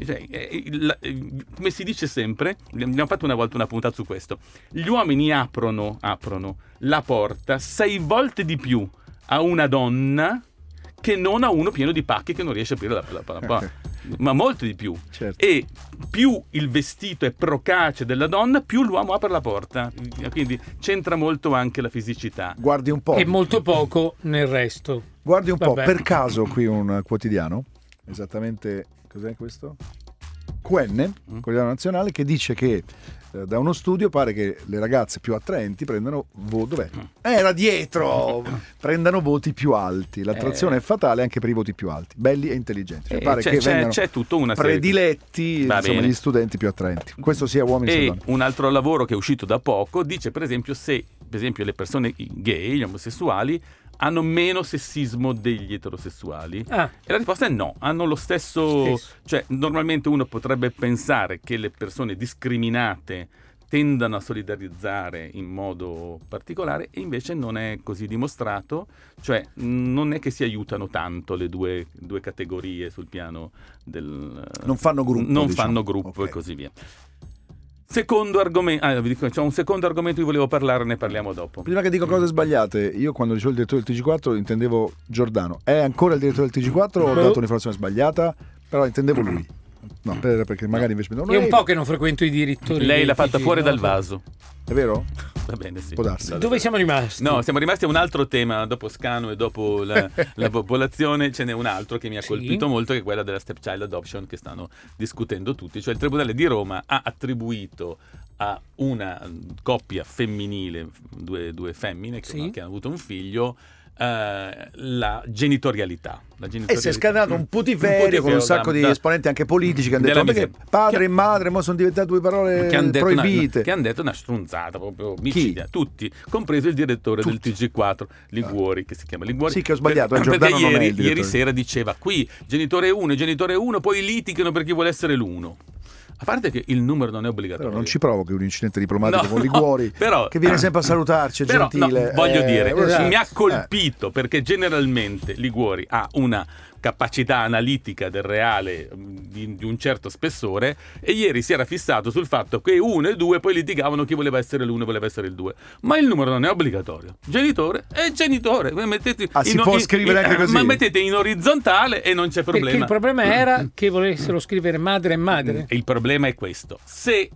Speaker 4: cioè, eh, il- eh, come si dice sempre, ne abbiamo fatto una volta una puntata su questo, gli uomini aprono, aprono la porta sei volte di più a una donna che non a uno pieno di pacchi che non riesce a aprire la, la, la- la- ma molto di più.
Speaker 2: Certo.
Speaker 4: E più il vestito è procace della donna, più l'uomo apre la porta. Quindi c'entra molto anche la fisicità.
Speaker 2: Guardi un po'.
Speaker 3: E molto poco nel resto.
Speaker 2: Guardi un po',
Speaker 3: Vabbè.
Speaker 2: per caso qui un quotidiano, esattamente cos'è questo? QN,
Speaker 4: Mm.
Speaker 2: quotidiano nazionale, che dice che eh, da uno studio pare che le ragazze più attraenti prendano vo- dov'è?
Speaker 4: Mm.
Speaker 2: Era dietro! prendano voti più alti. L'attrazione è fatale anche per i voti più alti, belli e intelligenti. Cioè,
Speaker 4: Eh,
Speaker 2: pare
Speaker 4: c'è-
Speaker 2: che
Speaker 4: c'è-
Speaker 2: vengano
Speaker 4: c'è tutta una serie di-
Speaker 2: prediletti
Speaker 4: Va
Speaker 2: insomma,
Speaker 4: bene.
Speaker 2: gli studenti più attraenti. Questo sia uomini che
Speaker 4: E
Speaker 2: donne.
Speaker 4: un altro lavoro che è uscito da poco dice, per esempio, se per esempio, le persone gay, gli omosessuali, hanno meno sessismo degli eterosessuali.
Speaker 3: Ah,
Speaker 4: E la risposta è no, hanno lo stesso,
Speaker 3: Stesso.
Speaker 4: cioè normalmente uno potrebbe pensare che le persone discriminate tendano a solidarizzare in modo particolare e invece non è così dimostrato, cioè mh, non è che si aiutano tanto le due, due categorie sul piano del...
Speaker 2: Non fanno gruppo,
Speaker 4: Non
Speaker 2: diciamo.
Speaker 4: fanno gruppo
Speaker 2: Ok.
Speaker 4: e così via. Secondo argomento, ah, vi dico, c'è un secondo argomento di cui volevo parlare, ne parliamo dopo.
Speaker 2: Prima che dico cose sbagliate, io quando dicevo il direttore del TG4 intendevo Giordano. È ancora il direttore del TG4 ho dato un'informazione sbagliata, però intendevo lui. No, per- perché magari invece mi dicono,
Speaker 3: È un
Speaker 2: "Ehi,
Speaker 3: po' che non frequento i direttori.
Speaker 4: Lei
Speaker 3: del
Speaker 4: l'ha fatta
Speaker 3: TG,
Speaker 4: fuori
Speaker 3: no?
Speaker 4: dal vaso.
Speaker 2: È vero?
Speaker 4: Va bene, sì.
Speaker 2: Può darsi.
Speaker 4: Va bene.
Speaker 3: Dove siamo rimasti?
Speaker 4: No, siamo rimasti a un altro tema dopo Scano e dopo la, la popolazione, ce n'è un altro che mi ha
Speaker 3: Sì.
Speaker 4: colpito molto, che è quella della stepchild adoption che stanno discutendo tutti. Cioè il Tribunale di Roma ha attribuito a una mh, coppia femminile, due, due femmine che,
Speaker 3: Sì.
Speaker 4: hanno- che hanno avuto un figlio, eh, la genitorialità. La
Speaker 2: E Eh, si
Speaker 4: genitorialità.
Speaker 2: è scatenato
Speaker 4: Mm.
Speaker 2: un putiferio con un
Speaker 4: da-
Speaker 2: sacco di
Speaker 4: da-
Speaker 2: esponenti anche politici che hanno detto
Speaker 4: Della
Speaker 2: "Ma perché
Speaker 4: miseria.
Speaker 2: padre
Speaker 4: Che-
Speaker 2: e madre mo sono diventate due parole
Speaker 4: che hanno detto, una,
Speaker 2: eh, proibite.
Speaker 4: che han detto una stronzata proprio omicida, tutti, compreso il direttore del TG4 Liguori, che si chiama Liguori.
Speaker 2: Sì, che ho sbagliato, è
Speaker 4: perché
Speaker 2: Giordano, non è il
Speaker 4: ieri,
Speaker 2: direttore.
Speaker 4: ieri sera diceva qui genitore 1 e genitore 1, poi litigano per chi vuole essere l'1. A parte che il numero non è obbligatorio.
Speaker 2: Però non ci provo che un incidente diplomatico
Speaker 4: No,
Speaker 2: con Liguori
Speaker 4: no, però-
Speaker 2: che viene sempre a salutarci, è
Speaker 4: Però, no,
Speaker 2: gentile.
Speaker 4: voglio
Speaker 2: eh,
Speaker 4: dire,
Speaker 2: esatto.
Speaker 4: mi ha
Speaker 2: Eh.
Speaker 4: colpito perché generalmente Liguori ha una capacità analitica del reale mh, di, di un certo spessore e ieri si era fissato sul fatto che uno e due poi litigavano chi voleva essere l'uno e voleva essere il due. Ma il numero non è obbligatorio. Genitore è genitore. Mettete
Speaker 2: Ah, si può scrivere anche così?
Speaker 4: Ma mettete in orizzontale e non c'è
Speaker 3: Perché
Speaker 4: problema. Mm.
Speaker 3: il problema era che volessero scrivere madre e madre.
Speaker 4: Il problema è questo. Se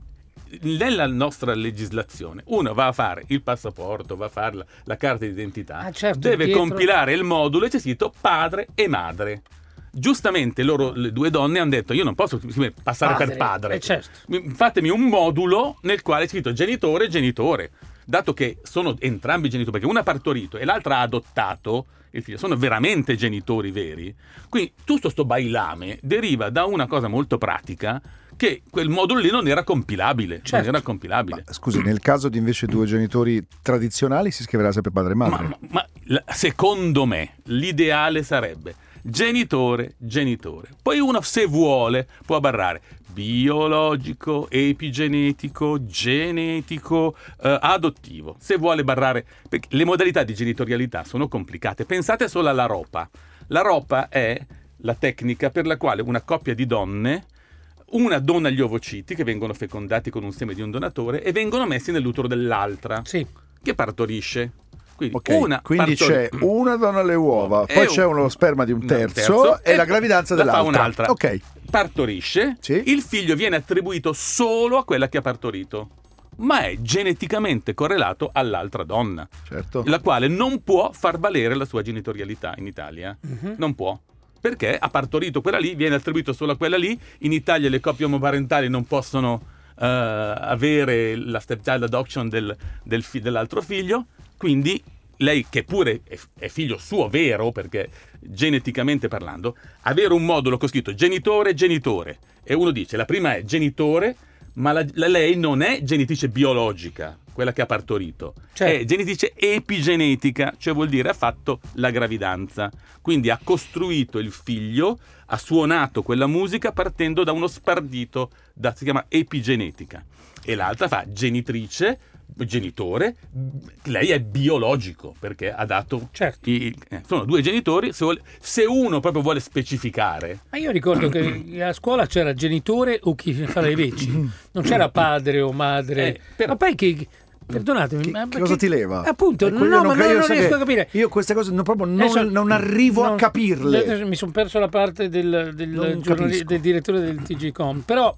Speaker 4: nella nostra legislazione uno va a fare il passaporto, va a fare la, la carta d'identità,
Speaker 3: Ah, certo,
Speaker 4: deve
Speaker 3: dietro.
Speaker 4: compilare il modulo e c'è scritto padre e madre. Giustamente loro, le due donne, hanno detto io non posso scrivere- passare per padre.
Speaker 3: Eh, certo.
Speaker 4: Mi- Fatemi un modulo nel quale è scritto genitore e genitore. Dato che sono entrambi genitori, perché una ha partorito e l'altra ha adottato il figlio, sono veramente genitori veri. Quindi tutto sto bailame deriva da una cosa molto pratica che quel modulo lì non era compilabile.
Speaker 3: Certo.
Speaker 4: Non era compilabile.
Speaker 2: Ma, scusi, nel caso di invece due genitori tradizionali si scriverà sempre padre e madre.
Speaker 4: Ma, ma- ma la- secondo me l'ideale sarebbe genitore, genitore. Poi uno se vuole può barrare biologico, epigenetico, genetico, eh, adottivo. Se vuole barrare, perché le modalità di genitorialità sono complicate. Pensate solo alla ropa. La ropa è la tecnica per la quale una coppia di donne una dona gli ovociti che vengono fecondati con un seme di un donatore e vengono messi nell'utero dell'altra
Speaker 3: Sì.
Speaker 4: che partorisce. Quindi,
Speaker 2: Ok,
Speaker 4: una
Speaker 2: quindi c'è
Speaker 4: partori-
Speaker 2: una donna alle uova,
Speaker 4: E
Speaker 2: poi
Speaker 4: un-
Speaker 2: c'è uno sperma di un terzo, e, la gravidanza
Speaker 4: la fa
Speaker 2: dell'altra.
Speaker 4: un'altra.
Speaker 2: Ok,
Speaker 4: Partorisce,
Speaker 2: Sì.
Speaker 4: il figlio viene attribuito solo a quella che ha partorito, ma è geneticamente correlato all'altra donna,
Speaker 2: certo.
Speaker 4: la quale non può far valere la sua genitorialità in Italia.
Speaker 3: Mhm.
Speaker 4: Non può. Perché ha partorito quella lì, viene attribuito solo a quella lì. In Italia le coppie omoparentali non possono eh, avere la stepchild adoption del- del fi- dell'altro figlio. Quindi lei, che pure è, è figlio suo vero, perché geneticamente parlando, avere un modulo con scritto genitore, genitore. E uno dice, la prima è genitore, ma la- la- lei non è genitrice biologica, quella che ha partorito.
Speaker 3: Certo.
Speaker 4: È genitrice epigenetica, cioè vuol dire ha fatto la gravidanza. Quindi ha costruito il figlio, ha suonato quella musica partendo da uno spardito, da- si chiama epigenetica. E l'altra fa genitrice, genitore, lei è biologico perché ha dato...
Speaker 3: Certo.
Speaker 4: i- eh, sono due genitori, se, vuole- se uno proprio vuole specificare...
Speaker 3: Ma io ricordo che a scuola c'era genitore o chi fa le veci, non c'era padre o madre.
Speaker 4: Eh, però-
Speaker 3: Ma poi che. Perdonatemi,
Speaker 2: Che,
Speaker 3: ma
Speaker 2: che cosa
Speaker 3: che-
Speaker 2: ti leva?
Speaker 3: Appunto,
Speaker 2: Eh,
Speaker 3: no,
Speaker 2: quello
Speaker 3: no, ma
Speaker 2: ca-
Speaker 3: no, non
Speaker 2: sai
Speaker 3: riesco
Speaker 2: che
Speaker 3: a capire.
Speaker 2: Io queste cose no, proprio non,
Speaker 3: Adesso-
Speaker 2: non arrivo a
Speaker 3: no, adesso
Speaker 2: capirle.
Speaker 3: Mi sono perso la parte del, del
Speaker 2: Non
Speaker 3: giornali-
Speaker 2: capisco.
Speaker 3: del direttore del TGCOM. Però,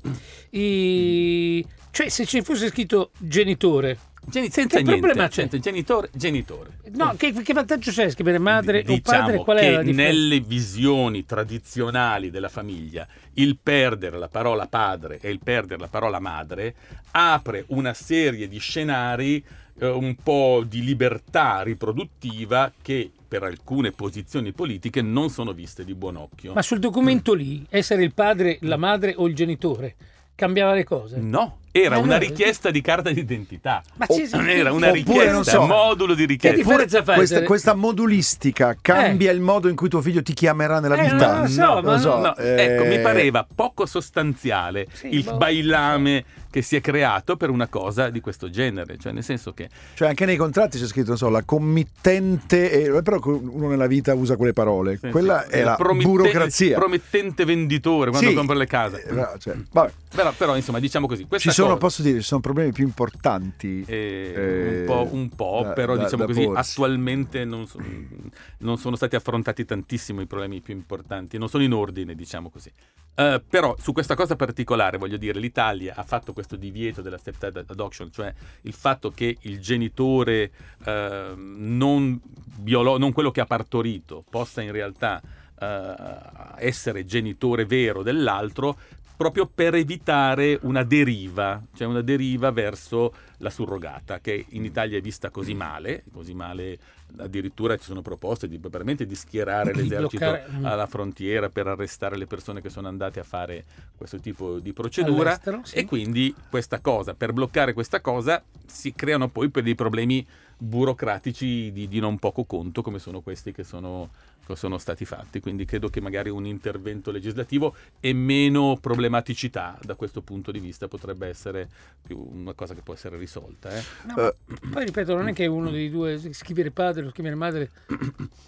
Speaker 3: i- cioè, se ci fosse scritto genitore,
Speaker 4: Geni- senza
Speaker 3: Che
Speaker 4: niente,
Speaker 3: problema c'è?
Speaker 4: senza genitore, genitore.
Speaker 2: Mm.
Speaker 3: no, che, che vantaggio c'è scrivere madre
Speaker 4: Diciamo
Speaker 3: o padre? Qual è la
Speaker 4: che
Speaker 3: differenza?
Speaker 4: nelle visioni tradizionali della famiglia il perdere la parola padre e il perdere la parola madre apre una serie di scenari eh, un po' di libertà riproduttiva che per alcune posizioni politiche non sono viste di buon occhio.
Speaker 3: Ma sul documento lì, essere il padre, la madre o il genitore cambiava le cose?
Speaker 4: No, era
Speaker 3: Eh,
Speaker 4: una
Speaker 3: allora-
Speaker 4: richiesta di carta d'identità.
Speaker 3: Ma
Speaker 4: O-
Speaker 3: sì, sì,
Speaker 4: era
Speaker 3: sì.
Speaker 4: una
Speaker 2: Oppure, non
Speaker 4: richiesta,
Speaker 2: so.
Speaker 4: un modulo di
Speaker 3: Che
Speaker 4: richiesta.
Speaker 2: Oppure
Speaker 3: differenza fa
Speaker 2: questa,
Speaker 3: essere-
Speaker 2: questa modulistica cambia il modo in cui tuo figlio ti chiamerà nella
Speaker 3: Eh,
Speaker 2: vita?
Speaker 3: non lo so, ma
Speaker 2: lo so,
Speaker 4: No,
Speaker 2: eh,
Speaker 4: Ecco, mi pareva poco sostanziale
Speaker 3: Sì,
Speaker 4: il
Speaker 3: boh.
Speaker 4: bailame che si è creato per una cosa di questo genere. Cioè, nel senso che
Speaker 2: Cioè anche nei contratti c'è scritto, non so, la committente, eh, però uno nella vita usa quelle parole,
Speaker 4: Sì,
Speaker 2: quella
Speaker 4: sì.
Speaker 2: è la
Speaker 4: Eh, Promitte-
Speaker 2: burocrazia.
Speaker 4: promettente venditore quando
Speaker 2: Sì.
Speaker 4: compra le case.
Speaker 2: Eh, no, cioè, vabbè,
Speaker 4: Però, però, insomma, diciamo così. questa
Speaker 2: ci sono,
Speaker 4: cosa-
Speaker 2: posso dire, ci sono problemi più importanti.
Speaker 4: Eh,
Speaker 2: Eh,
Speaker 4: un po', un po',
Speaker 2: da-
Speaker 4: però
Speaker 2: da-
Speaker 4: diciamo
Speaker 2: da
Speaker 4: così
Speaker 2: porsi.
Speaker 4: attualmente non, so- non sono stati affrontati tantissimo i problemi più importanti, non sono in ordine diciamo così. Eh, però su questa cosa particolare voglio dire l'Italia ha fatto questo divieto della stepdad adoption, cioè il fatto che il genitore eh, non, biolo- non quello che ha partorito possa in realtà eh, essere genitore vero dell'altro proprio per evitare una deriva, cioè una deriva verso la surrogata, che in Italia è vista così male, così male addirittura ci sono proposte di, veramente di schierare
Speaker 3: Di
Speaker 4: l'esercito
Speaker 3: bloccare, mm.
Speaker 4: alla frontiera per arrestare le persone che sono andate a fare questo tipo di procedura.
Speaker 3: All'estero, sì.
Speaker 4: E quindi questa cosa, per bloccare questa cosa, si creano poi per dei problemi burocratici di, di non poco conto, come sono questi che sono, che sono stati fatti. Quindi credo che magari un intervento legislativo e meno problematicità da questo punto di vista potrebbe essere più una cosa che può essere risolta. eh.
Speaker 3: No, ma poi ripeto, non è che uno dei due scrivere padre o scrivere madre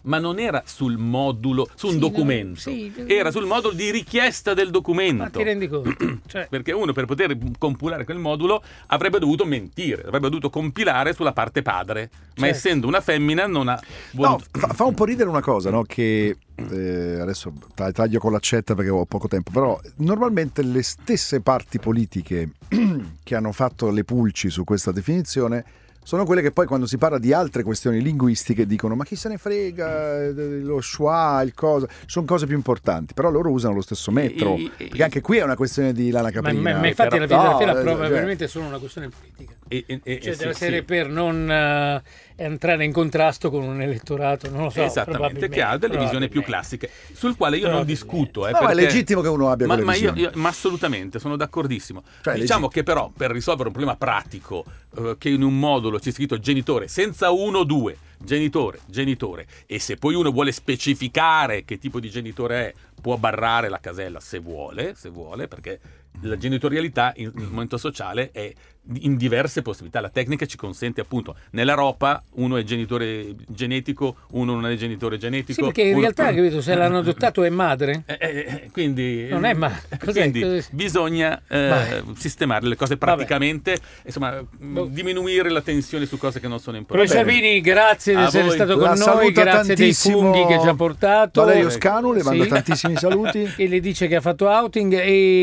Speaker 4: Ma non era sul modulo, su un
Speaker 3: Sì, no,
Speaker 4: documento,
Speaker 3: sì.
Speaker 4: era sul modulo di richiesta del documento.
Speaker 3: Ma ti rendi conto? Cioè,
Speaker 4: Perché uno per poter compilare quel modulo avrebbe dovuto mentire, avrebbe dovuto compilare sulla parte padre, ma
Speaker 3: Certo.
Speaker 4: essendo una femmina non ha
Speaker 2: No,
Speaker 4: buon-
Speaker 2: fa, fa un po' ridere una cosa, no? Che eh, adesso tra- taglio con l'accetta perché ho poco tempo, però normalmente le stesse parti politiche che hanno fatto le pulci su questa definizione sono quelle che poi quando si parla di altre questioni linguistiche dicono ma chi se ne frega, eh, lo schwa, il cosa, sono cose più importanti, però loro usano lo stesso metro,
Speaker 4: I- i-
Speaker 2: perché anche qui è una questione di lana
Speaker 3: ma,
Speaker 2: caprina.
Speaker 3: ma- ma infatti la
Speaker 2: Però-
Speaker 3: vita della fiera
Speaker 2: no,
Speaker 3: prova
Speaker 2: eh,
Speaker 3: è veramente solo una questione politica.
Speaker 4: e- e- e-
Speaker 3: Cioè,
Speaker 4: e-
Speaker 3: della
Speaker 4: sì,
Speaker 3: serie
Speaker 4: sì.
Speaker 3: per non eh, entrare in contrasto con un elettorato, non lo so.
Speaker 4: Esattamente, che ha delle visioni più
Speaker 3: probabilmente.
Speaker 4: classiche, sul quale io non
Speaker 3: Probabilmente.
Speaker 4: discuto. eh,
Speaker 2: No, è
Speaker 4: perché-
Speaker 2: legittimo che uno abbia
Speaker 4: ma,
Speaker 2: quelle
Speaker 4: ma io,
Speaker 2: visioni.
Speaker 4: io- ma assolutamente, sono d'accordissimo.
Speaker 2: Cioè,
Speaker 4: diciamo che però per risolvere un problema pratico, eh, che in un modulo c'è scritto genitore senza uno o due, genitore, genitore, e se poi uno vuole specificare che tipo di genitore è, può barrare la casella se vuole, se vuole perché la genitorialità in- nel momento sociale è di- in diverse possibilità. La tecnica ci consente appunto, nella ropa uno è genitore genetico, uno non è genitore genetico.
Speaker 3: Sì, perché in
Speaker 4: uno-
Speaker 3: realtà, capito, se l'hanno adottato è madre.
Speaker 4: eh, eh, eh, quindi
Speaker 3: Non è ma- cos'è?
Speaker 4: quindi
Speaker 3: Cos'è?
Speaker 4: bisogna eh,
Speaker 3: Vai.
Speaker 4: sistemare le cose praticamente, insomma, mh,
Speaker 3: Boh.
Speaker 4: diminuire la tensione su cose che non sono importanti.
Speaker 3: Professor Bini, grazie di
Speaker 4: A
Speaker 3: essere
Speaker 4: voi.
Speaker 3: stato con
Speaker 2: La
Speaker 3: noi,
Speaker 2: saluta
Speaker 3: grazie dei
Speaker 2: tantissimo
Speaker 3: funghi che ci ha portato. Ecco.
Speaker 2: Valerio Scanu, le manda
Speaker 3: Sì.
Speaker 2: tantissimi saluti.
Speaker 3: E le dice che ha fatto outing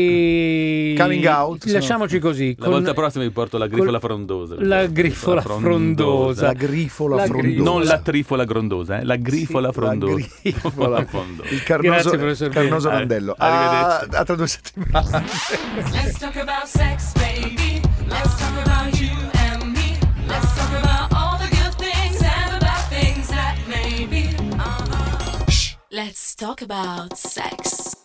Speaker 3: e...
Speaker 2: Coming out,
Speaker 3: Lasciamoci così.
Speaker 4: La
Speaker 3: con-
Speaker 4: volta prossima vi porto la grifola
Speaker 3: col-
Speaker 4: frondosa.
Speaker 3: La grifola frondosa.
Speaker 2: La grifola
Speaker 3: La
Speaker 2: frondosa.
Speaker 3: grifola.
Speaker 4: Non la trifola grondosa, eh, la grifola
Speaker 2: La
Speaker 4: frondosa.
Speaker 2: grifola.
Speaker 4: Frondosa.
Speaker 2: Il carnoso,
Speaker 3: Grazie, professor Bene.
Speaker 2: carnoso
Speaker 4: Eh,
Speaker 2: Randello.
Speaker 4: arrivederci.
Speaker 2: A, a tra due settimane.
Speaker 1: Let's talk about sex, baby. Let's talk about you and me. Let's talk about all the good things and about things that maybe. Uh-huh. Let's talk about sex.